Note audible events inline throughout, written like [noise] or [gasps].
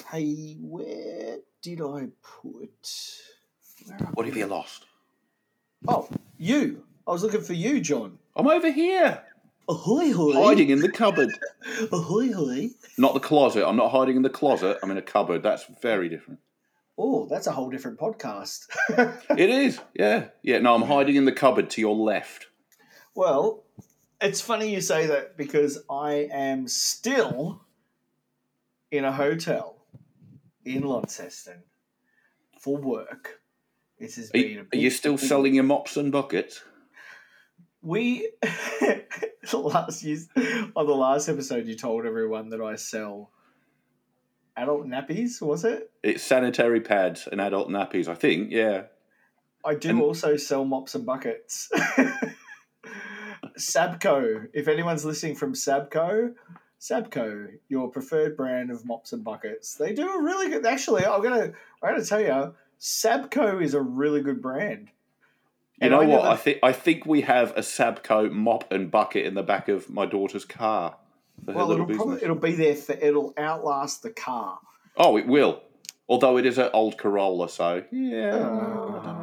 Okay, where did I put? Where are What have we? you lost? Oh, you. I was looking for you, John. I'm over here, Ahoy, hoy. hiding in the cupboard. Ahoy, hoy. Not the closet. I'm not hiding in the closet. I'm in a cupboard. That's very different. Oh, that's a whole different podcast. [laughs] It is. Yeah. Yeah. No, I'm hiding in the cupboard to your left. well, it's funny you say that because I am still in a hotel in Launceston for work. It has Are been. you, a are big- you still selling your mops and buckets? We [laughs] last year's on the last episode, you told everyone that I sell adult nappies. Was it? It's sanitary pads and adult nappies, I think. Yeah. I do And- also sell mops and buckets. [laughs] Sabco. If anyone's listening from Sabco, Sabco, your preferred brand of mops and buckets. They do a really good. Actually, I'm gonna I'm gonna tell you, Sabco is a really good brand. You And know I what? never- I think I think we have a Sabco mop and bucket in the back of my daughter's car for her Well, little it'll business. probably it'll be there for it'll outlast the car. Oh, it will. Although it is an old Corolla, so yeah. I don't Oh. know. Ah.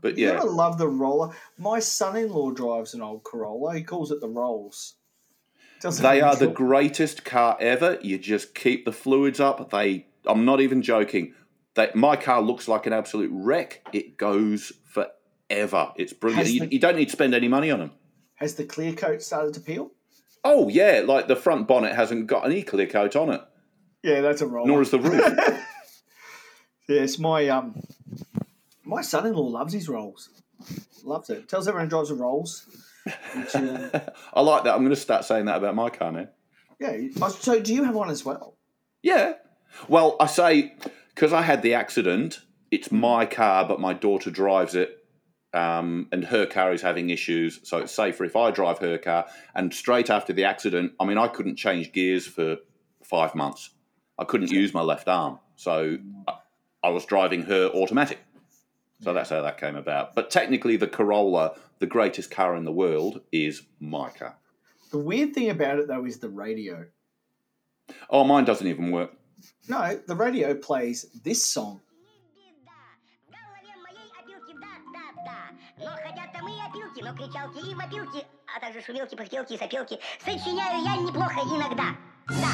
But You yeah, gotta love the roller. My son-in-law drives an old Corolla. He calls it the Rolls. Doesn't they are the enjoy- greatest car ever. You just keep the fluids up. They, I'm not even joking. That my car looks like an absolute wreck. It goes forever. It's brilliant. Has You, the- you don't need to spend any money on them. Has the clear coat started to peel? Oh yeah, like the front bonnet hasn't got any clear coat on it, Yeah, that's a roller. nor is the roof. [laughs] yes, my um, my son-in-law loves his Rolls. Loves it. Tells everyone he drives a Rolls. Which, uh, [laughs] I like that. I'm going to start saying that about my car now. yeah. Oh, So do you have one as well? Yeah. Well, I say because I had the accident. It's my car, but my daughter drives it, um, and her car is having issues, so it's safer if I drive her car. And straight after the accident, I mean, I couldn't change gears for five months. I couldn't use my left arm, so I, I was driving her automatic. So that's how that came about. But technically, the Corolla, the greatest car in the world, is my car. The weird thing about it though is the radio. Oh, mine doesn't even work. No, the radio plays this song. В голове моей опилки, да-да-да. Но хотят там и опилки, но кричалки и вопилки, а также шумелки, пыхтелки и сопелки. Сочиняю я неплохо иногда, да.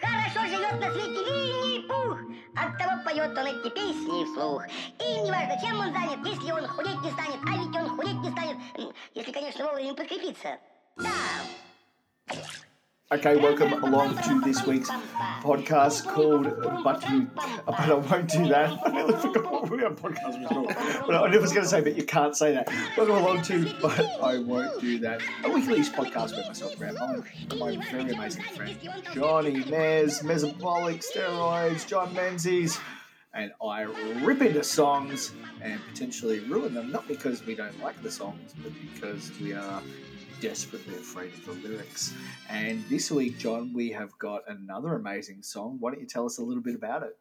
Хорошо живет на свете Винни-Пух, оттого поет он эти песни вслух. И неважно, чем он занят, если он худеть не станет, а ведь он худеть не станет, м, если, конечно, вовремя подкрепиться. Да. Okay, welcome along to this week's podcast called uh, But You. But I won't do that. [laughs] I nearly forgot what our podcast was called. But I was going to say, but you can't say that. [laughs] Welcome along to But I Won't Do That, a weekly podcast with myself, Graham Hunt, and my very amazing friend, Johnny Mears, Mesobolic Steroids, John Menzies. And I rip into songs and potentially ruin them, not because we don't like the songs, but because we are desperately afraid of the lyrics. And this week, John, we have got another amazing song. Why don't you tell us a little bit about it?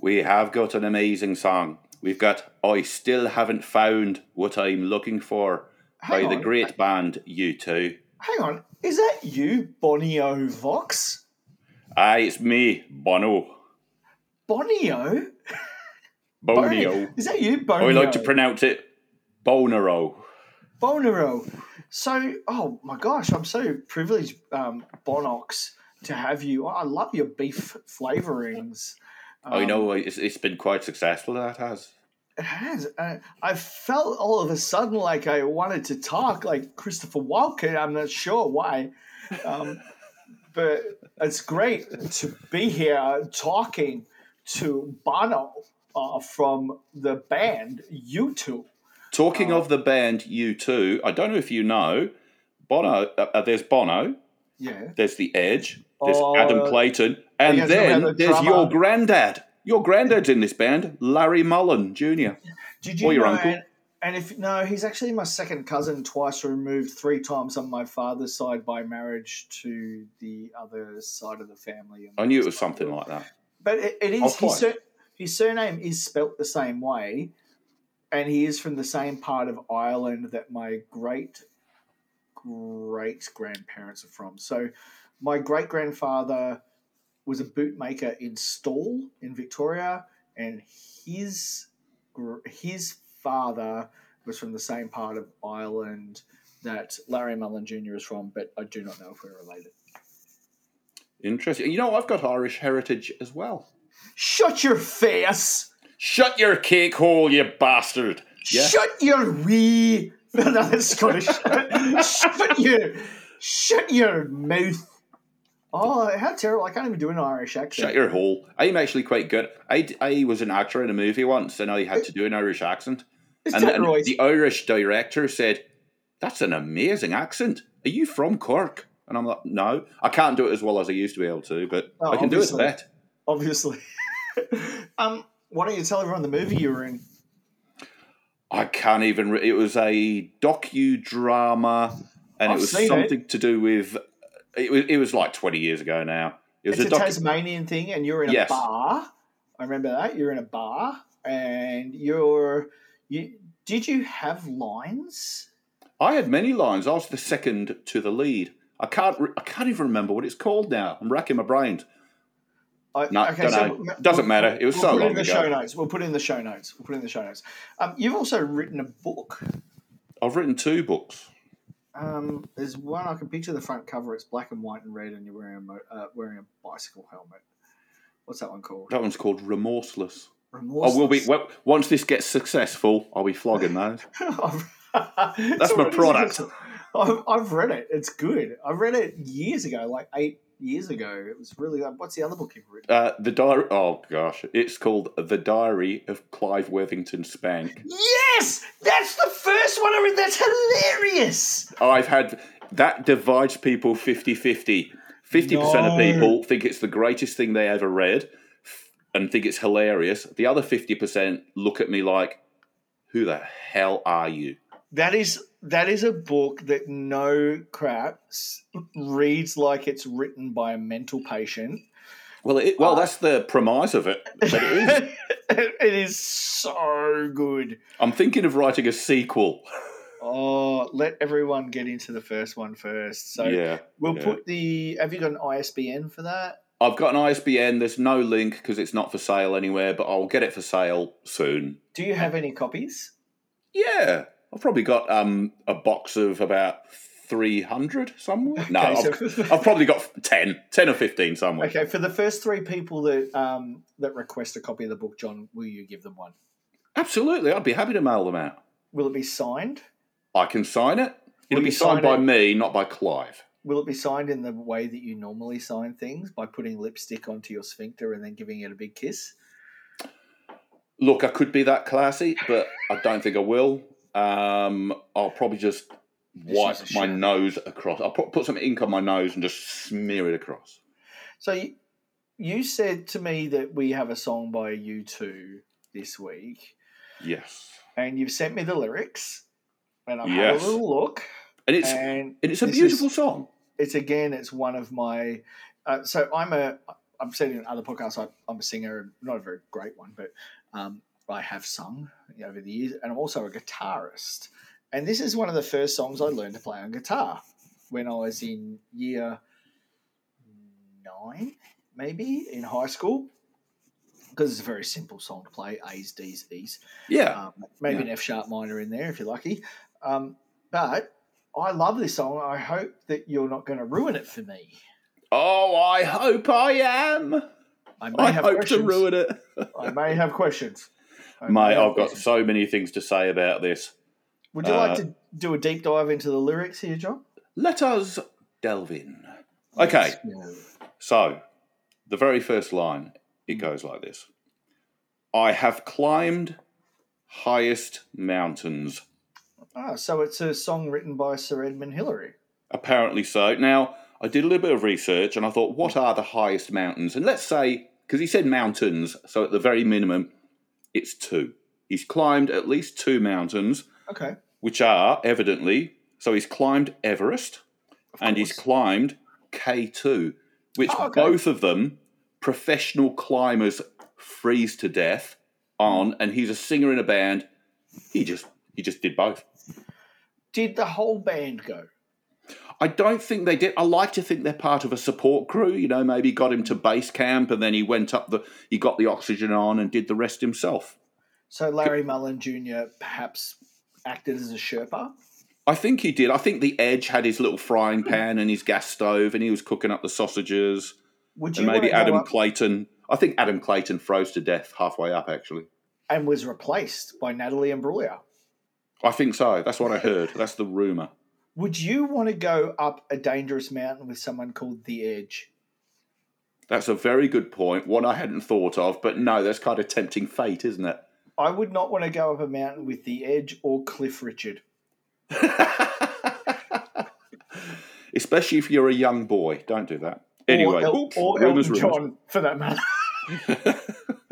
We have got an amazing song. We've got I Still Haven't Found What I'm Looking For by Hang the on. great band U2. Hang on, is that you, Bonio Vox? Aye, it's me, Bono. Bonio? Bonio. Is that you, Bonio? I like to pronounce it Bonero. Bonero. So, oh my gosh, I'm so privileged, um, Bonox, to have you. I love your beef flavorings. I Um, Oh, know it's, it's been quite successful, that has. It has. Uh, I felt all of a sudden like I wanted to talk like Christopher Walken. I'm not sure why. Um, [laughs] but it's great to be here talking to Bono uh, from the band U2. um, Talking of the band U2, I don't know if you know, Bono, uh, uh, there's Bono, Yeah. there's The Edge, there's Oh, Adam Clayton, and guys know then about the there's your drummer. granddad. Your granddad's in this band, Larry Mullen Jr. Did you Or your know- uncle. And, and if no, he's actually my second cousin, twice removed, three times on my father's side by marriage to the other side of the family. I knew it was something like that. But it, it Oh, is fine. his, sur- his surname is spelt the same way, and he is from the same part of Ireland that my great great grandparents are from. So, my great grandfather was a bootmaker in Stall in Victoria, and his gr- his father was from the same part of Ireland that Larry Mullen Jr. is from, but I do not know if we're related. Interesting. You know, I've got Irish heritage as well. Shut your face! Shut your cake hole, you bastard. Yeah. Shut your wee. [laughs] No, no, that's Scottish. shut your, shut your mouth. Oh, how terrible! I can't even do an Irish accent. Shut your hole. I'm actually quite good. I, d- I was an actor in a movie once and I had to do an Irish accent. Is And, that and right? the Irish director said, That's an amazing accent. Are you from Cork? And I'm like, No, I can't do it as well as I used to be able to, but Oh, I can obviously. do it a bit. Obviously. [laughs] um, why don't you tell everyone the movie you were in? I can't even. Re- it was a docudrama, and I've it was seen it. something to do with. It was, it was like 20 years ago now. It was It's a, a docu- Tasmanian thing, and you're in Yes. a bar. I remember that you're in a bar, and you're you. Did you have lines? I had many lines. I was the second to the lead. I can't. Re- I can't even remember what it's called now. I'm racking my brains. I, No, don't know. Doesn't matter. It was we'll so put it long in the ago. show notes. We'll put it in the show notes. We'll put it in the show notes. Um, you've also written a book. I've written two books. Um, there's one I can picture the front cover. It's black and white and red, and you're wearing a, mo- uh, wearing a bicycle helmet. What's that one called? That one's called Remorseless. Remorse. I [laughs] will be Oh, well, once this gets successful. I'll be flogging those. That's my product. I've, I've read it. It's good. I read it years ago, like eight years ago. It was really. um, What's the other book you've written? Uh, the diary. Oh gosh, it's called The Diary of Clive Worthington Spank. Yes, that's the first one I read. That's hilarious. Oh, I've had that divides people 50-50. 50% No. of people think it's the greatest thing they ever read f- and think it's hilarious. The other 50% look at me like, who the hell are you? That is that is a book that no crap s- reads like it's written by a mental patient. Well, it, well, that's the premise of it. But it is. [laughs] it is so good. I'm thinking of writing a sequel. Oh, let everyone get into the first one first. So yeah. we'll yeah. put the. Have you got an ISBN for that? I've got an ISBN. There's no link because it's not for sale anywhere, but I'll get it for sale soon. Do you have any copies? Yeah, I've probably got um, a box of about 300 somewhere. No, Okay, [laughs] I've, so- I've probably got 10, 10 or 15 somewhere. Okay, for the first three people that um, that request a copy of the book, John, will you give them one? Absolutely, I'd be happy to mail them out. Will it be signed? I can sign it. It'll you be signed sign by it? me, not by Clive. Will it be signed in the way that you normally sign things by putting lipstick onto your sphincter and then giving it a big kiss? Look, I could be that classy, but I don't think I will. Um, I'll probably just wipe is a my shame. nose across. I'll put, put some ink on my nose and just smear it across. So you, you said to me that we have a song by you two this week, Yes. and you've sent me the lyrics, and I've Yes. had a little look, And it's and and it's a Um, this beautiful is- song. it's again it's one of my uh, so i'm a i've said in other podcasts I, i'm a singer not a very great one but um, i have sung over the years and i'm also a guitarist and this is one of the first songs i learned to play on guitar when i was in year nine maybe in high school because it's a very simple song to play a's d's e's Yeah. um, maybe Yeah. an F sharp minor in there if you're lucky. Um, but I love this song. I hope that you're not going to ruin it for me. Oh, I hope I am. I may I have hope questions. to ruin it. I may have questions. I may Mate, have I've got questions. so many things to say about this. Would you like uh, to do a deep dive into the lyrics here, John? Let us delve in. Okay, Yes. so the very first line, it goes like this I have climbed highest mountains. Ah, so it's a song written by Sir Edmund Hillary. Apparently so. Now, I did a little bit of research and I thought, what are the highest mountains? And let's say, because he said mountains, so at the very minimum, it's two. He's climbed at least two mountains, Okay. which are evidently, so he's climbed Everest and he's course. climbed K2, which Oh, okay. both of them professional climbers freeze to death Hmm. on. And he's a singer in a band. He just he just did both. Did the whole band go? I don't think they did. I like to think they're part of a support crew. You know, maybe got him to base camp, and then he went up the. He got the oxygen on and did the rest himself. So Larry Mullen Jr. perhaps acted as a Sherpa. I think he did. I think the Edge had his little frying Hmm. pan and his gas stove, and he was cooking up the sausages. Would you And maybe wanna go Adam up- Clayton. I think Adam Clayton froze to death halfway up. Actually, and was replaced by Natalie Imbruglia. I think so. That's what I heard. That's the rumor. Would you want to go up a dangerous mountain with someone called the Edge? That's a very good point. One I hadn't thought of, but no, that's kind of tempting fate, isn't it? [laughs] I would not want to go up a mountain with the Edge or Cliff Richard. Especially if you're a young boy. Don't do that. Anyway, or, El- oops, or rumours, Elton rumours. John, for that matter. [laughs]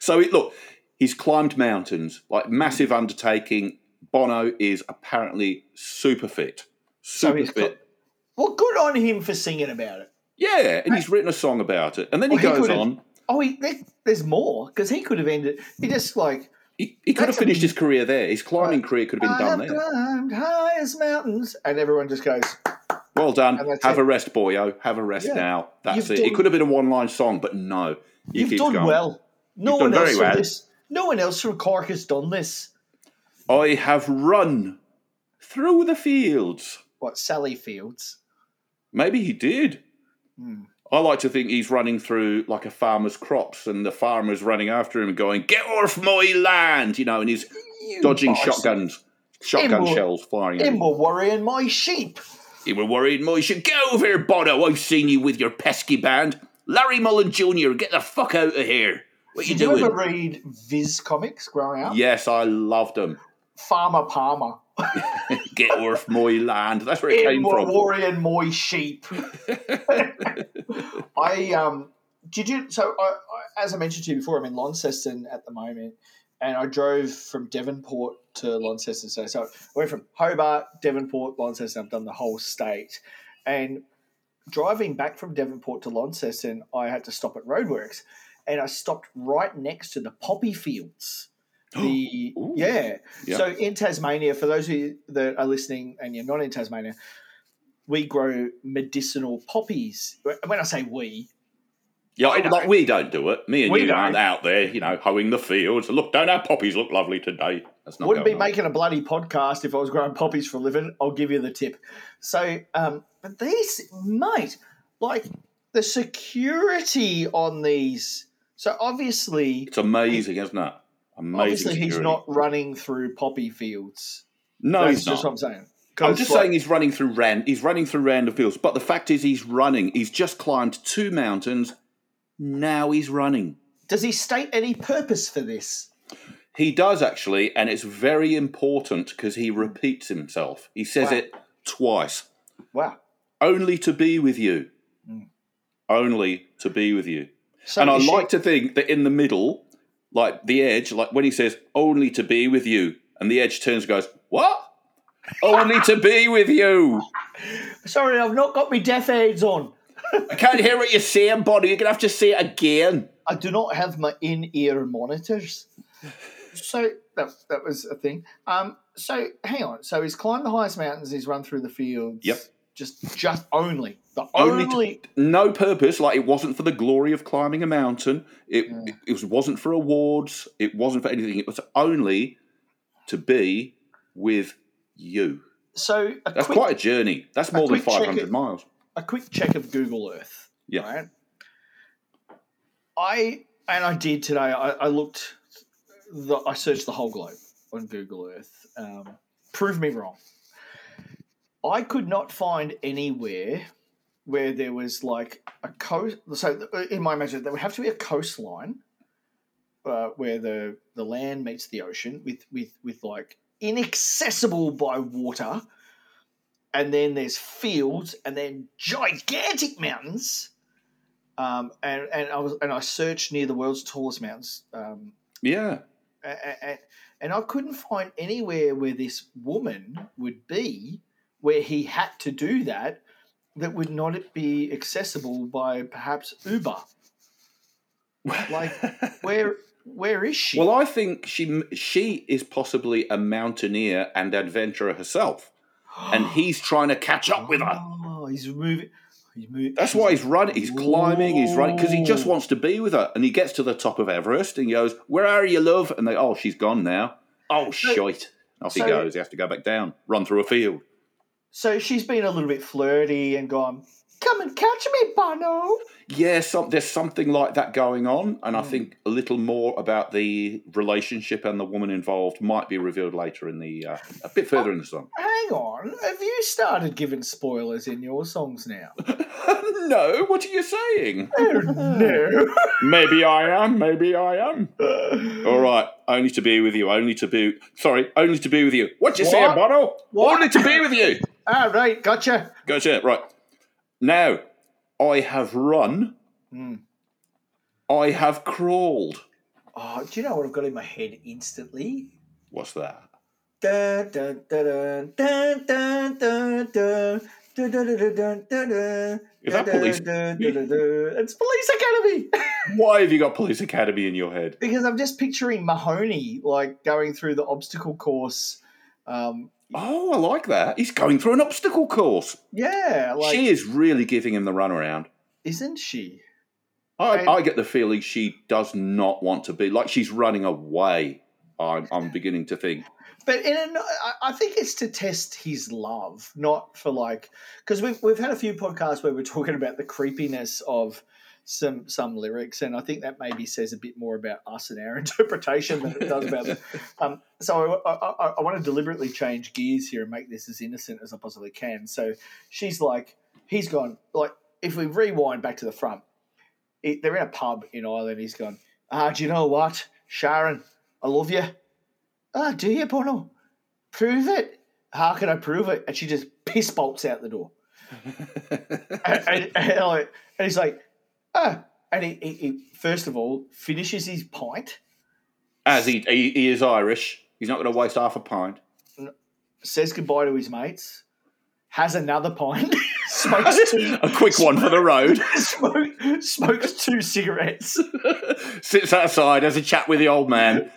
So it, look, he's climbed mountains, like massive undertaking. Bono is apparently super fit. Super he's fit. cl- Well, good on him for singing about it. yeah, and he's written a song about it. And then he Well, he goes could've- on. Oh, he, there, there's more because he could have ended. He just like He, he could have That's a- finished his career there. His climbing career could have I been done have there. climbed high as mountains, and everyone just goes, Well done. And that's Have it. a rest, boyo. Have a rest Yeah. now. That's You've it. done- it could have been a one-line song, but no. He "You've keeps done going. well. No You've one done else very from well." this. No one else from Cork has done this." I have run through the fields. What Sally Fields? Maybe he did. Hmm. I like to think he's running through like a farmer's crops, and the farmer's running after him, going, "Get off my land!" You know, and he's You dodging bastard. shotguns, shotgun Immoral. shells flying. At Him him. were worrying my sheep. You were worried, Moisha. Get over here, Bono. I've seen you with your pesky band, Larry Mullen Jr. Get the fuck out of here. What you Did you doing? ever read Viz comics growing up? Yes, I loved him. Farmer Palmer. Get off my land. That's where it In came were from. worrying my [laughs] sheep. [laughs] I um did you so I, I as I mentioned to you before, I'm in Launceston at the moment, and I drove from Devonport to Launceston. So so I went from Hobart, Devonport, Launceston. I've done the whole state, and driving back from Devonport to Launceston, I had to stop at Roadworks, and I stopped right next to the poppy [gasps] fields. The Ooh. yeah. Yeah. So in Tasmania, for those of you that are listening and you're not in Tasmania, we grow medicinal poppies. When I say we, Yeah, I know. like we don't do it. Me and We you don't. aren't out there, you know, hoeing the fields. Look, don't our poppies look lovely today? That's not Wouldn't be going on. making a bloody podcast if I was growing poppies for a living. I'll give you the tip. So, um, but these, mate, like the security on these. So obviously, It's amazing, isn't it? Amazing. obviously he's security. not running through poppy fields. No, That's he's just what not. I'm saying. I'm 'Cause, just like, saying he's running through ran. He's running through random fields. But the fact is, he's running. He's just climbed two mountains. Now he's running. Does he state any purpose for this? He does actually, and it's very important because he repeats himself. He says Wow. it twice. Wow. Only to be with you. Only to be with you. So and I Hmm. is she- like to think that in the middle, like the edge, like when he says "only to be with you," and the edge turns and goes, "What? Only to be [laughs] with you." Sorry, I've not got my death aids on. I can't hear what you're saying, Bonnie. You're gonna have to say it again. I do not have my in-ear monitors. So that, that was a thing. Um, so hang on. So he's climbed the highest mountains. He's run through the fields. Yep. Just, just only the Only only. to- No purpose. Like it wasn't for the glory of climbing a mountain. It it was, wasn't for awards. It wasn't for anything. It was only to be with you. so a That's quick, quite a journey. That's more than quick check five hundred it- miles. a quick check of Google Earth. Yeah. Right. I and I did today. I, I looked. The, I searched the whole globe on Google Earth. Um, prove me wrong. I could not find anywhere where there was like a coast. So in my imagination, there would have to be a coastline uh, where the the land meets the ocean with with with like inaccessible by water, and then there's fields and then gigantic mountains. Um, and and I was and I searched near the world's tallest mountains, um, Yeah. and, and I couldn't find anywhere where this woman would be where he had to do that that would not be accessible by perhaps Uber. Like [laughs] where where is she? Well, I think she she is possibly a mountaineer and adventurer herself [gasps] and he's trying to catch up with her. Oh, he's moving. He's moving. That's why he's running, he's climbing, he's running because he just wants to be with her. And he gets to the top of Everest and he goes, "Where are you, love?" And they, "Oh, she's gone now." Oh, shite! Off so- he goes. He has to go back down, run through a field. So she's been a little bit flirty and gone, come and catch me, Bono. Yeah, some, there's something like that going on, and I think a little more about the relationship and the woman involved might be revealed later in the uh, a bit further in the song. [laughs] Hang on, have you started giving spoilers in your songs [laughs] now? no, what are you saying? no. maybe I am. Maybe I am. All right, only to be with you. Only to be. Sorry, only to be with you. What you say, What? Bono? What? Only to be with you. Ah, right, gotcha. Gotcha. Right now, I have run. Mm. I have crawled. Oh, do you know what I've got in my head instantly? What's that? Dun, dun, dun, dun, dun, dun, dun, dun, dun, dun, dun, dun, dun, dun. Is that Dun, police? dun, dun, dun, dun. It's Police Academy! Why have you got Police Academy in your head? because I'm just picturing Mahoney like going through the obstacle course. Um, Oh, I like that. He's going through an obstacle course. yeah, like she is really giving him the runaround. isn't she? I, And- I get the feeling she does not want to be like she's running away. I'm, I'm beginning to think. [laughs] But in an, I- I think it's to test his love, not for like because we've we've had a few podcasts where we're talking about the creepiness of some some lyrics, and I think that maybe says a bit more about us and our [laughs] interpretation than it does about them. Um, so I, I, I want to deliberately change gears here and make this as innocent as I possibly can. So she's like, he's gone. Like if we rewind back to the front, it, they're in a pub in Ireland. He's gone. Ah, do you know what, Sharon? I love you. Ah, do you, Bono? Prove it. How can I prove it? And she just piss bolts out the door. and, and- and like- and he's like, oh. And he, he, he, first of all, finishes his pint, As he, he, he is Irish, he's not going to waste half [laughs] a pint. says goodbye to his mates, has another pint, [laughs] smokes [laughs] two, [laughs] a quick one for the road. smoke, smokes two [laughs] cigarettes, Sits outside, has a chat with the [laughs] old man.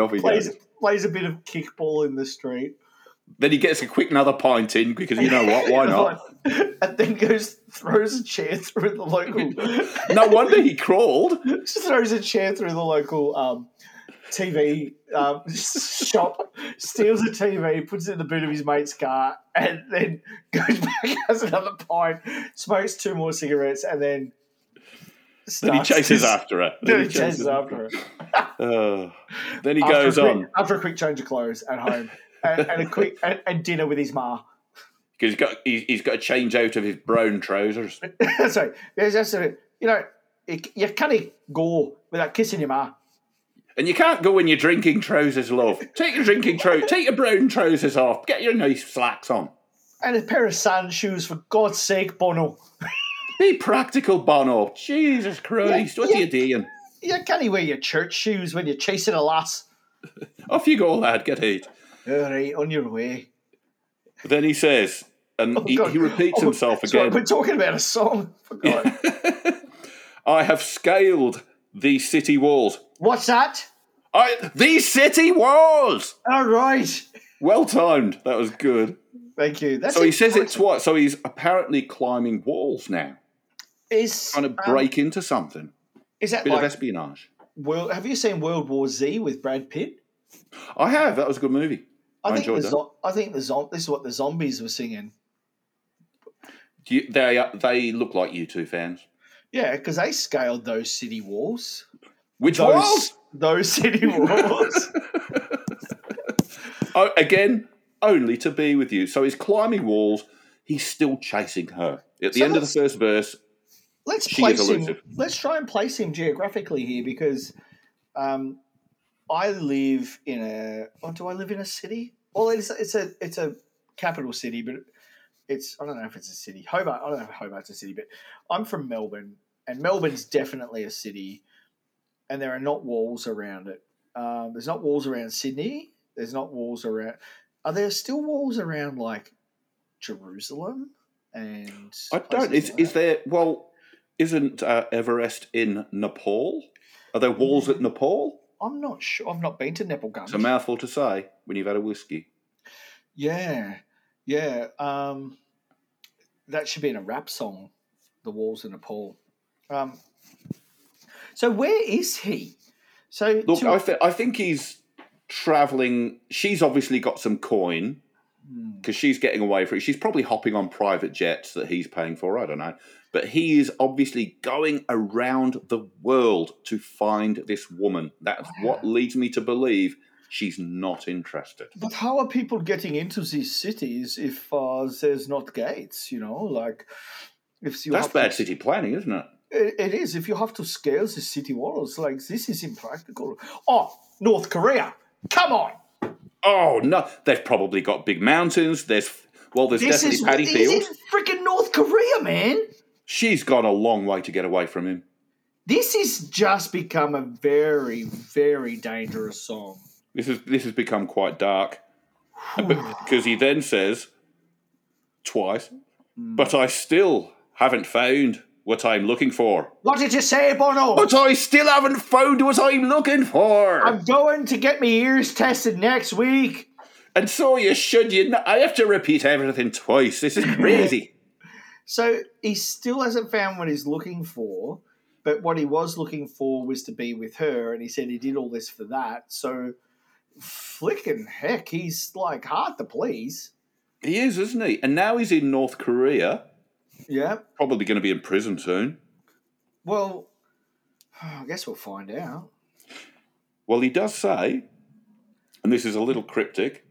Off he plays, goes. plays a bit of kickball in the street. Then he gets a quick another pint in because you know [laughs] what? Why not? and then goes, throws a chair through the [laughs] local No wonder he crawled. [laughs] She throws a chair through the local um, TV um, [laughs] shop, steals a TV, puts it in the boot of his mate's car, and then [laughs] goes back, has another pint, smokes two more cigarettes, and then. Then he starts chases to- after her. Then he chases after her. Oh. Then he After a goes quick- on After a quick change of clothes at home and, and a [laughs] quick and, and dinner with his ma. [laughs] because he's got he's, he's got to change out of his brown trousers. Sorry, there's that's it. You know, you, you can't go without kissing your ma. And you can't go in your drinking trousers, love. Take your drinking trousers, [laughs] take your brown trousers off. Get your nice slacks on. And a pair of sand shoes, for God's sake, Bono. Be practical, Bono. Jesus Christ, what are you doing? You can't wear your church shoes when you're chasing a lass. Off you go, lad. Get out. All right, on your way. Then he says, and he, God. he repeats Oh, himself Sorry, again. we're talking about a song. For God. I have scaled these city walls. What's that? I these city walls. All right. Well timed. That was good. Thank you. That's So he says it important. twice. So he's apparently climbing walls now, Is, trying to um, break into something. is that Bit of like espionage. world? Have you seen World War Z with Brad Pitt? I have. That was a good movie. I think enjoyed the that. zo- I think the zom- This is what the zombies were singing. Do you- they are- they look like you two fans. Yeah, because they scaled those city walls. Which Those was those city [laughs] walls. oh, again only to be with you. So he's climbing walls. He's still chasing her. At the So end of the first verse, let's She is place him. elusive. Let's try and place him geographically here because um, I live in a. Or do I live in a city? Well, it's it's a it's a capital city, but it's I don't know if it's a city. Hobart. I don't know if Hobart's a city, but I'm from Melbourne, and Melbourne's definitely a city, and there are not walls around it. Um, there's not walls around Sydney. There's not walls around. Are there still walls around like Jerusalem? And I don't. places Is like is that? there? Well, isn't uh, Everest in Nepal? Are there Mm. walls at Nepal? I'm not sure. I've not been to Nepal Gums. It's a mouthful to say when you've had a whiskey. yeah. Yeah, um, that should be in a rap song, "The Walls in Nepal." Um, so where is he? So Look, to- I, th- I think he's traveling. She's obviously got some coin Hmm. because she's getting away for it. She's probably hopping on private jets that he's paying for. I don't know. But he is obviously going around the world to find this woman. That's what leads me to believe she's not interested. But how are people getting into these cities if uh, there's not gates? You know, like if you That's have to- bad city planning, isn't it? It, it is if you have to scale the city walls. Like this is impractical. Oh, North Korea! Come on, Oh no, they've probably got big mountains. There's well, there's this definitely is paddy this fields. is freaking North Korea, man. She's gone a long way to get away from him. This has just become a very, very dangerous song. This is this has become quite dark, because he then says twice, "But I still haven't found what I'm looking for." What did you say, Bono? But I still haven't found what I'm looking for. I'm going to get my ears tested next week. and so you should. You, kn- I have to repeat everything twice. This is [laughs] crazy. So he still hasn't found what he's looking for, but what he was looking for was to be with her, and he said he did all this for that. So, flicking heck, he's like hard to please. he is, isn't he? And now he's in North Korea. Yeah. Probably going to be in prison soon. Well, [sighs] I guess we'll find out. Well, he does say, and this is a little cryptic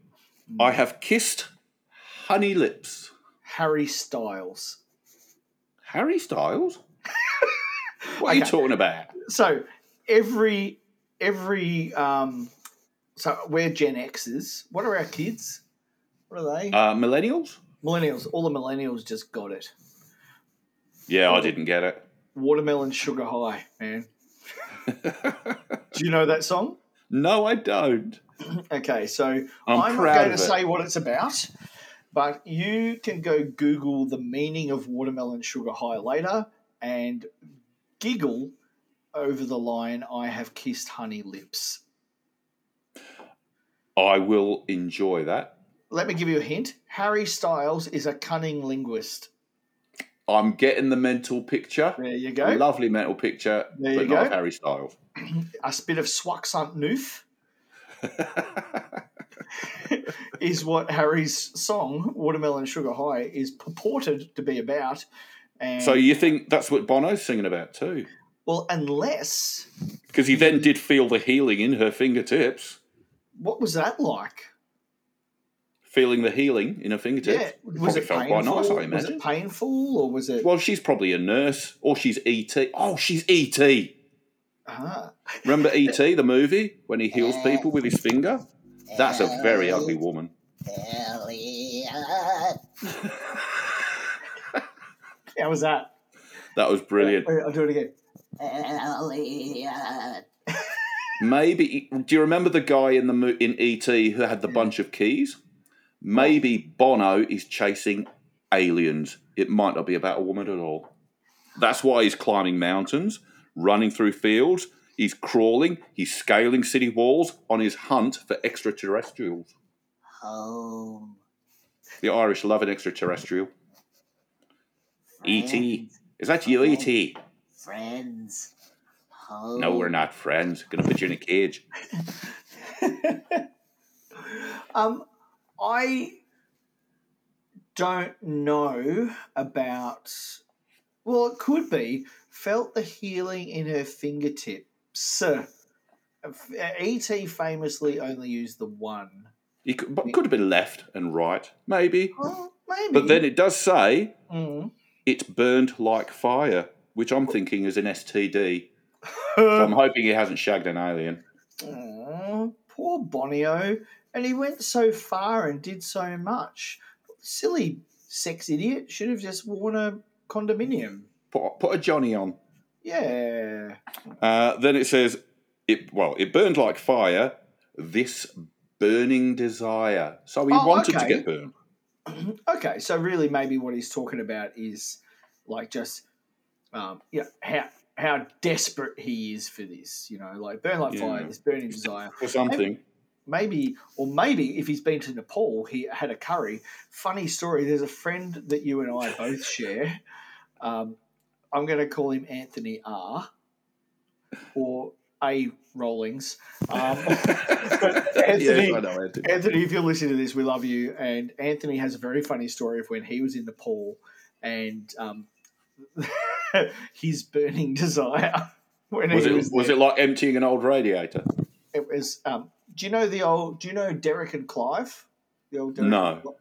I have kissed honey lips. Harry Styles. [laughs] Harry Styles? what are you Okay. talking about? so every every um so we're gen x's what are our kids what are they Uh, millennials? millennials all the millennials just got it Yeah, I didn't get it. watermelon sugar high man [laughs] do you know that song No, I don't. okay so I'm i'm not proud going to of it. say what it's about but you can go google the meaning of watermelon sugar high later and giggle over the line i have kissed honey lips I will enjoy that. Let me give you a hint. Harry Styles is a cunning linguist. I'm getting the mental picture. There you go. Lovely mental picture, There but you not go. of Harry Styles. [laughs] A bit of swaxunt noof is what Harry's song, Watermelon Sugar High, is purported to be about. And, so you think that's what Bono's singing about too? well, unless. Because he then did feel the healing in her fingertips. What was that like? Feeling the healing in her fingertips. Yeah. Was Probably it felt painful? quite nice, I was imagine. it painful or was it. Well, she's probably a nurse, or she's ET. Oh, she's ET. Ah. Remember ET, the movie, when he heals people with his finger? That's a very ugly woman. How was that? That was brilliant. Wait, I'll do it again. Maybe do you remember the guy in the mo- in ET who had the bunch of keys? Maybe Bono is chasing aliens. It might not be about a woman at all. That's why he's climbing mountains, running through fields. He's crawling. He's scaling city walls on his hunt for extraterrestrials. Home. The Irish love an extraterrestrial. E.T. Is that you, E.T.? Friends. Oh. Home. No, we're not friends. Gonna put you in a cage. [laughs] Um, I don't know about. Well, it could be felt the healing in her fingertips. E.T. famously only used the one. He could, but could have been left and right, maybe. Well, maybe. But then it does say Mm. it burned like fire, which I'm thinking is an STD. So Uh. I'm hoping he hasn't shagged an alien. Aw, poor Bonio. And he went so far and did so much. Silly sex idiot should have just worn a condominium. Put, put a Johnny on. Yeah. Uh, then it says, it well, it burned like fire. This burning desire. So he Oh, wanted okay. to get burned. [clears throat] Okay, so really, maybe what he's talking about is like just, um, you know, how how desperate he is for this. You know, like burn like Yeah. fire, this burning desire. [laughs] or something. maybe, or maybe if he's been to Nepal, he had a curry. Funny story. There's a friend that you and I both share. Um, I'm going to call him Anthony R. Or A. Rollings. Um, but Anthony, Yes, I know Anthony. Anthony, if you're listening to this, we love you. And Anthony has a very funny story of when he was in Nepal and um, [laughs] his burning [laughs] desire. When Was he it was there- it like emptying an old radiator? it was. Um, do you know the old? Do you know Derek and Clive? The old Derek No. and Clive?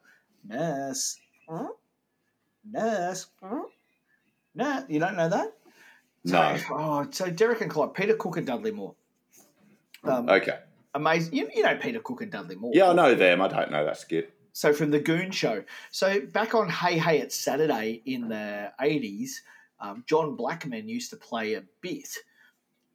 Nurse. Huh? Nurse. Huh? No, you don't know that. [laughs] No. So, oh, so Derek and Clive, Peter Cook and Dudley Moore. Um, Okay. Amazing. You, you know Peter Cook and Dudley Moore. Yeah, I know them. I don't know that skit. So from the Goon Show. So back on Hey Hey It's Saturday in the eighties, um, John Blackman used to play a bit,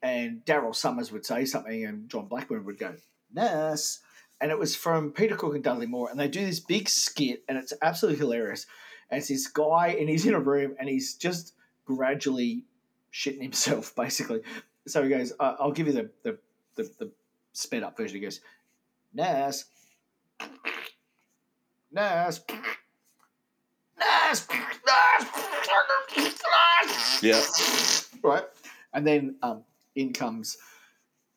and Daryl Summers would say something, and John Blackman would go nurse, and it was from Peter Cook and Dudley Moore, and they do this big skit, and it's absolutely hilarious. And it's this guy, and he's in a room, and he's just gradually shitting himself, [laughs] basically. So he goes, I- "I'll give you the the, the the sped up version." He goes, "Nurse, Nurse. Nurse. Nurse. Nurse. Yeah. Right. And then um, in comes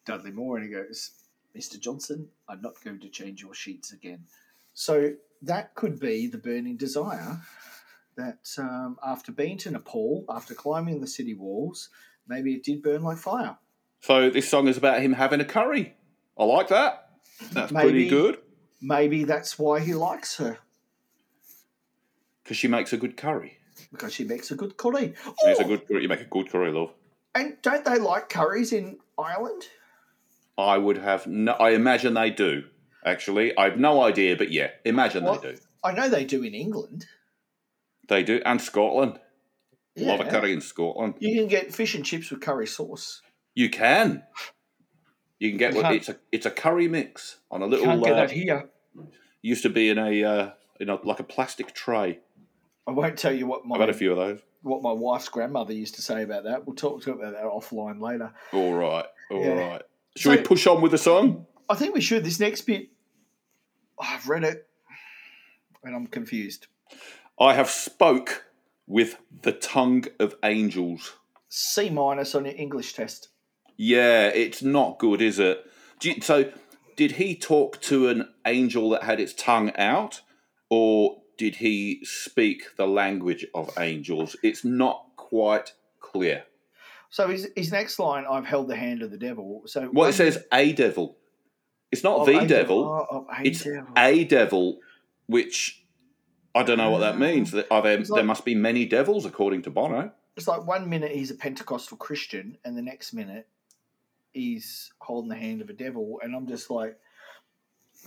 Dudley Moore and he goes, Mr. Johnson, I'm not going to change your sheets again. So that could be the burning desire that um, after being to Nepal, after climbing the city walls, maybe it did burn like fire. So this song is about him having a curry. I like that. That's Maybe. pretty good Maybe that's why he likes her. because she makes a good curry. Because she makes a good curry. She's a Oh, good curry. You make a good curry, love. And don't they like curries in Ireland? I would have no. I imagine they do. Actually, I've no idea, but yeah, imagine What? they do. I know they do in England. They do, and Scotland. Love a Yeah. curry in Scotland. You can get fish and chips with curry sauce. You can. You can get You what can't- it's a it's a curry mix on a little. Can't get uh, that here. used to be in a uh, in a like a plastic tray. I won't tell you what I've had my a few of those. what my wife's grandmother used to say about that. We'll talk, talk about that offline later. All right, all right. Yeah. Should we So- push on with the song? I think we should. This next bit, oh, I've read it, and I'm confused. I have spoke with the tongue of angels. C minus on your English test. Yeah, it's not good, is it? Do you, so, did he talk to an angel that had its tongue out, or did he speak the language of angels? It's not quite clear. So his, his next line, I've held the hand of the devil. So Well, one- it says a devil. It's not of the a devil. oh, of a it's devil. a devil, which I don't know what that Ah. means. There- Are there, It's there like- must be many devils, according to Bono. it's like one minute he's a Pentecostal Christian, and the next minute he's holding the hand of a devil, and I'm just like,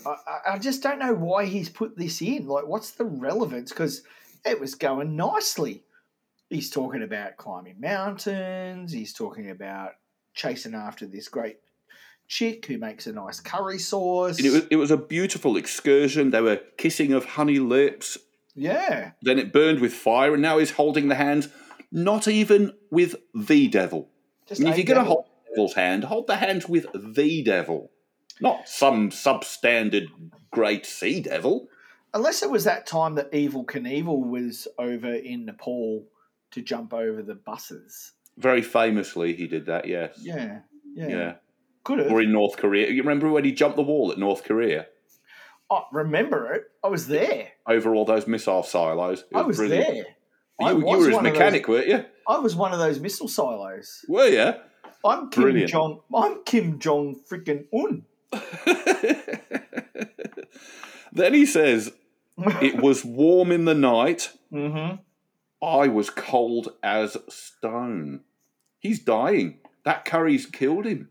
I, I- I just don't know why he's put this in. Like, what's the relevance? Because it was going nicely. He's talking about climbing mountains. He's talking about chasing after this great chick who makes a nice curry sauce. And it was, it was a beautiful excursion. They were kissing of honey lips. yeah, Then it burned with fire, and now he's holding the hand, not even with the devil. I just mean, if a you're going to devil. hold the devil's hand, hold the hand with the devil, not some substandard grade C devil. Unless it was that time that Evil Knievel was over in Nepal to jump over the buses. Very famously, he did that. Yes. Yeah, yeah. yeah. Could have. Or in North Korea. You remember when he jumped the wall at North Korea? I remember it. I was there. over all those missile silos. It I was brilliant. there. I You, you was were his one of those- mechanic, weren't you? I was one of those missile silos. Were you? I'm Kim Brilliant. Jong. I'm Kim Jong freaking Un. [laughs] then he says, [laughs] It was warm in the night. hmm I was cold as stone. He's dying. That curry's killed him.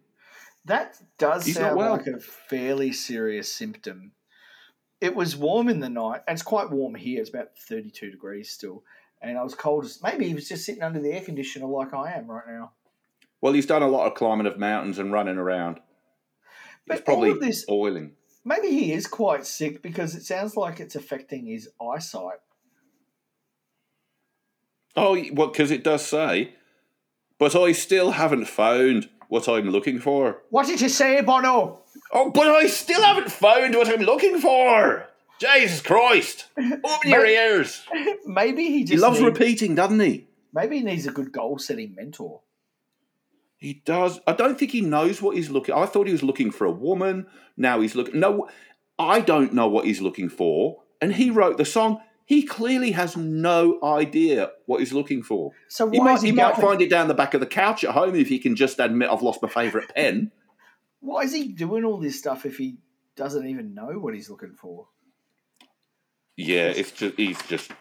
That does He's not sound well. like a fairly serious symptom. It was warm in the night, and it's quite warm here. It's about 32 degrees still. And I was cold as maybe he was just sitting under the air conditioner like I am right now. Well, he's done a lot of climbing of mountains and running around. But He's all probably of this- oiling. Maybe he is quite sick because it sounds like it's affecting his eyesight. Oh, well, because it does say, but I still haven't found what I'm looking for. What did you say, Bono? Oh, but I still haven't found what I'm looking for. Jesus Christ! Open your ears. Maybe he just He loves need- repeating, doesn't he? Maybe he needs a good goal setting mentor. He does. I don't think he knows what he's looking. I thought he was looking for a woman. Now he's looking. No, I don't know what he's looking for. And he wrote the song. He clearly has no idea what he's looking for. So He why might, is he, he might going? find it down the back of the couch at home if he can just admit I've lost my favourite pen. Why is he doing all this stuff if he doesn't even know what he's looking for? Yeah, it's just he's just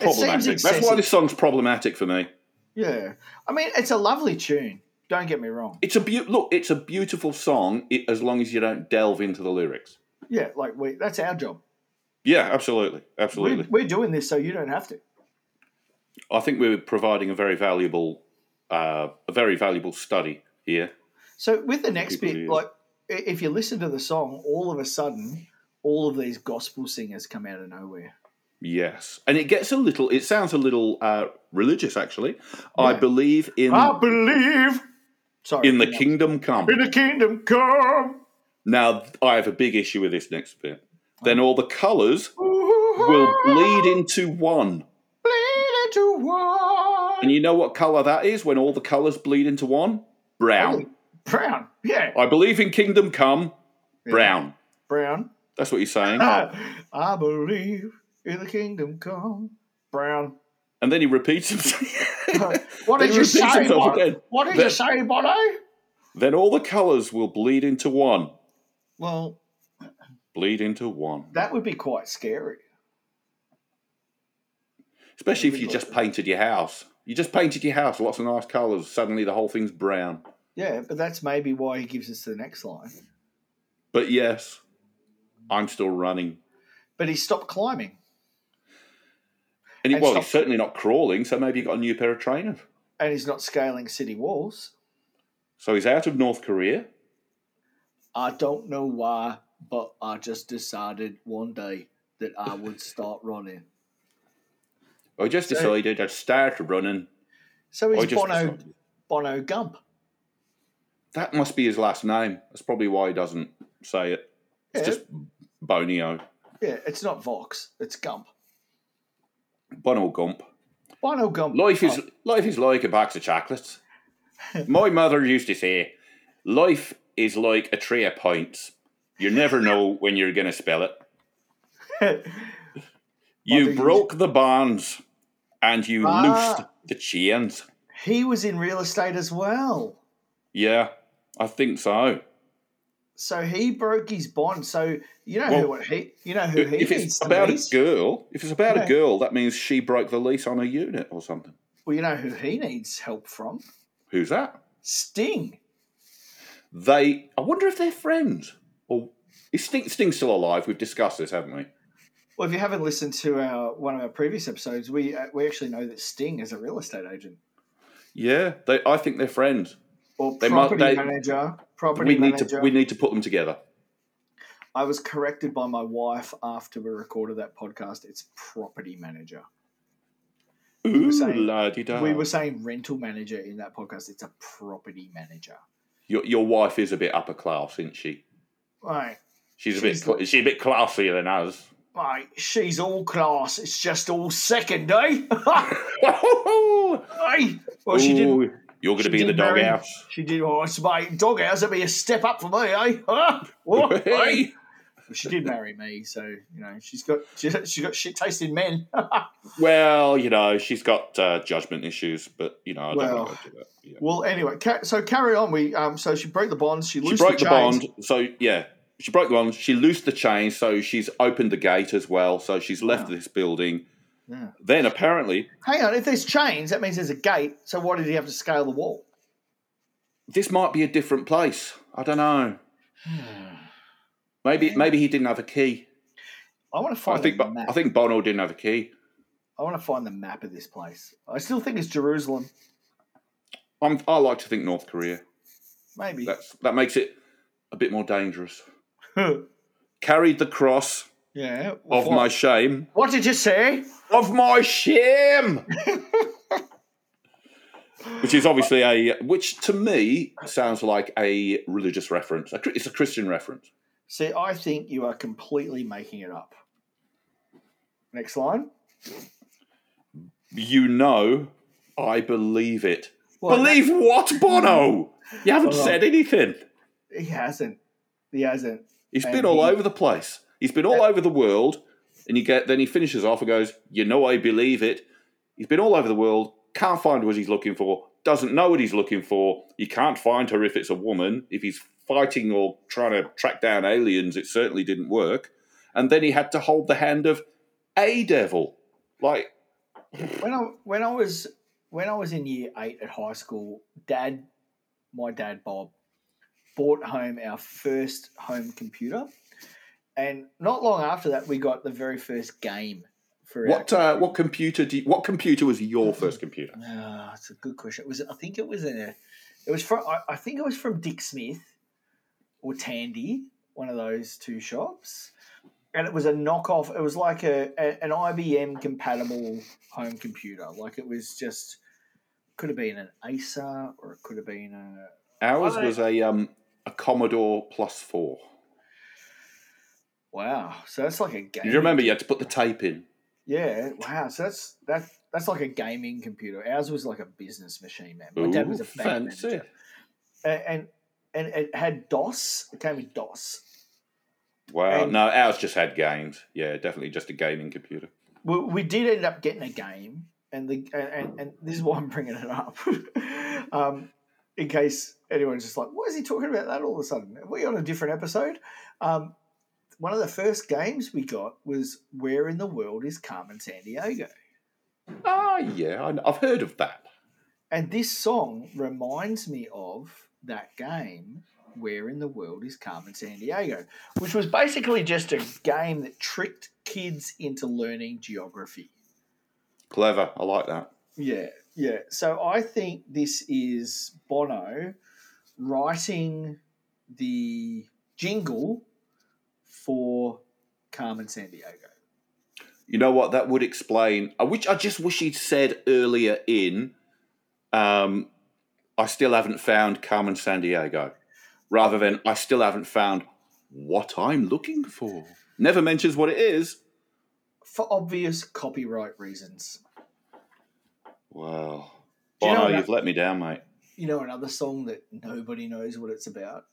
It seems problematic. That's why excessive. this song's problematic for me. Yeah, I mean it's a lovely tune. Don't get me wrong. It's a be- look. It's a beautiful song it, as long as you don't delve into the lyrics. Yeah, like we, that's our job. Yeah, absolutely, We're, absolutely. we're doing this so you don't have to. I think we're providing a very valuable, uh, a very valuable study here. So with the next people bit, do. like i- if you listen to the song, all of a sudden, all of these gospel singers come out of nowhere. Yes, and it gets a little. It sounds a little uh, religious, actually. I Yeah. Ah, believe in I believe. Sorry. in the yeah. kingdom come. In the kingdom come. Now I have a big issue with this next bit. Then all the colours will Will bleed into one. bleed into one. And you know what colour that is when all the colours bleed into one? Brown. Brown. Yeah. I believe in Kingdom Come, brown. Brown. That's what you're saying. Ah. I believe in the kingdom come. Brown. And then he repeats himself. [laughs] What did He you repeats say, himself Bono? again. What did That- you say, Bono? then all the colours will bleed into one. Well, Bleed into one. that would be quite scary. Oh, Especially if you just painted your house. You just painted your house, lots of nice colours. Suddenly the whole thing's brown. Yeah, but that's maybe why he gives us the next line. But yes, I'm still running. But he stopped climbing And he, And well, stop- he's certainly not crawling, so maybe he got a new pair of trainers. and he's not scaling city walls. So he's out of North Korea. I don't know why, but I just decided one day that I [laughs] would start running. I just So- decided I'd start running. So I it's just Bono decided. Bono Gump. That must be his last name. That's probably why he doesn't say it. It's Yeah, just Bonio. yeah, it's not Vox, it's Gump. Bono Gump. Bono Gump. Life is Oh, life is like a box of chocolates. My mother used to say, "Life is like a tray of pints. You never know when you're going to spill it. Oh. Mother You used- broke the bonds, and you Ah. loosed the chains." [laughs] he was in real estate as well. Yeah, I think so. So he broke his bond. So you know who Well, what he you know who he If needs it's to about a lease? girl, if it's about Yeah. a girl, that means she broke the lease on a unit or something. Well, you know who he needs help from? Who's that? Sting. They. I wonder if they're friends. Or is Sting, Sting's still alive? We've discussed this, haven't we? Well, if you haven't listened to our one of our previous episodes, we uh, we actually know that Sting is a real estate agent Yeah, they, I think they're friends. or They mu- property they- manager. Property We need manager. to we need to put them together. I was corrected by my wife after we recorded that podcast. It's property manager. Ooh, saying- la-di-da. We were saying rental manager in that podcast. It's a property manager. your, your wife is a bit upper class, isn't she? Right. She's a She's bit cla- she's a bit classier than us. [laughs] Right. She's all class. It's just all second, eh? [laughs] Hey! Well, she didn't. Ooh, You're going she to be in the didn't marry- doghouse. She did. Oh, it's my doghouse. That'd be a step up for me, eh? [laughs] Huh? Oh, hey. [laughs] Hey. She did marry me, so you know she's got she's, she's got shit taste in men. Well, you know she's got uh, judgment issues, but you know I don't Well, want to go into that. Yeah. well, anyway, ca- so carry on. We um, so she broke the bonds. She, She loosed broke the, the chains. bond, so yeah, she broke the bond. She loosed the chain, so she's opened the gate as well. So she's left this building. Yeah. Then apparently Hang on, if there's chains, that means there's a gate. So why did he have to scale the wall? this might be a different place. I don't know. Maybe maybe he didn't have a key. I want to I find. think the Bo- map. I think Bono didn't have a key. I want to find the map of this place. I still think it's Jerusalem. I'm, I like to think North Korea. Maybe. That's that makes it a bit more dangerous. [laughs] yeah. Carried the cross Well, of my shame. [laughs] What did you say? Of my shame. which is obviously a which to me sounds like a religious reference. A cr- It's a Christian reference. See, I think you are completely making it up. Next line. You know, I believe it. Well, believe what, [laughs] Bono? You haven't Hold on. said anything. He hasn't. He hasn't. He's And been all he- Uh, over the place. He's been all over the world, and you get then he finishes off and goes, "You know, I believe it." He's been all over the world, can't find what he's looking for, doesn't know what he's looking for. He can't find her if it's a woman. If he's fighting or trying to track down aliens, it certainly didn't work. And then he had to hold the hand of a devil. Like, When I when I was when I was in year eight at high school, Dad, my dad Bob, bought home our first home computer, and not long after that, we got the very first game for what Our uh, what computer? Do you, what computer was your Mm-hmm. first computer? Ah, it's a good question. It was I think it was in a it was from I, I think it was from Dick Smith or Tandy, one of those two shops. And it was a knockoff. It was like a, a an IBM compatible home computer. Like it was just could have been an Acer or it could have been a Ours I- was a um, a Commodore Plus Four. wow. So that's like a game. You remember you had to put the tape in. Yeah. Wow. So that's that that's like a gaming computer. Ours was like a business machine, man. My dad Ooh, was a bank manager. and and- and it had DOS. It came with DOS. Wow. And- no, ours just had games. Yeah, definitely just a gaming computer. We, we did end up getting a game, and the and, and, and this is why I'm bringing it up, [laughs] um, in case anyone's just like, "What is he talking about that all of a sudden? Are we on a different episode?" Um, one of the first games we got was "Where in the World is Carmen Sandiego," Ah, yeah, I, kn- I've heard of that. and this song reminds me of that game. Where in the world is Carmen Sandiego? Which was basically just a game that tricked kids into learning geography. Clever. I like that. Yeah, yeah. So I think this is Bono writing the jingle for Carmen Sandiego. You know what? That would explain. I wish. I just wish he'd said earlier in. Um, I still haven't found Carmen San Diego, rather than I still haven't found what I'm looking for. Never mentions what it is. For obvious copyright reasons. Wow. Do you know Bono, that- you've let me down, mate. You know, another song that nobody knows what it's about?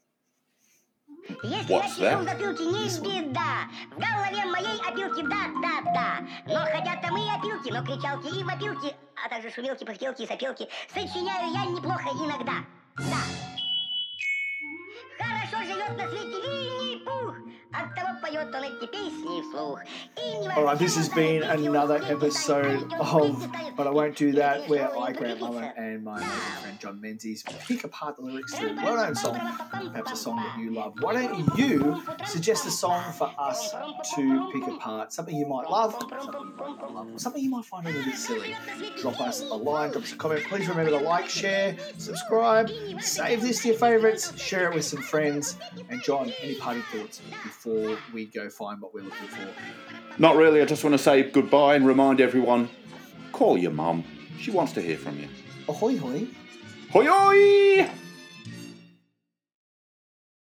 Если What's начну that? в опилке, не беда. В голове моей опилки, да-да-да. Но хотят там и опилки, но кричалки и вопилки, а также шумелки, пыхтелки и сопелки. Сочиняю я неплохо иногда. Да. Хорошо живет на свете Винни-Пух, оттого поет он эти песни вслух. И не важно, Alright, this чем has он been занят, если он another худеть не episode станет, или он of худеть не станет, But I Won't Do или That, лишь where он I, не Grandmama, прикипится. and my amazing friend John Menzies pick apart the lyrics to a well known song, perhaps a song that you love. Why don't you suggest a song for us to pick apart? Something you might love, something you might not love, or something you might find a little bit silly. Drop us a line, drop us a comment. Please remember to like, share, subscribe, save this to your favourites, share it with some friends. And John, any parting thoughts before we go find what we're looking for? Not really. I just want to say goodbye and remind everyone: call your mum. She wants to hear from you. Ahoy, hoy. Hoi hoi!